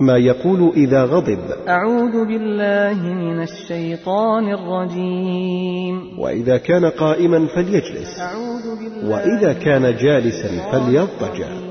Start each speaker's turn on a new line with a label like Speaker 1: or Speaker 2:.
Speaker 1: ما يقول إذا غضب
Speaker 2: أعوذ بالله من الشيطان الرجيم
Speaker 1: وإذا كان قائما فليجلس
Speaker 2: أعوذ بالله
Speaker 1: وإذا كان جالسا
Speaker 2: من الشيطان
Speaker 1: فليضطجع
Speaker 2: الرجيم.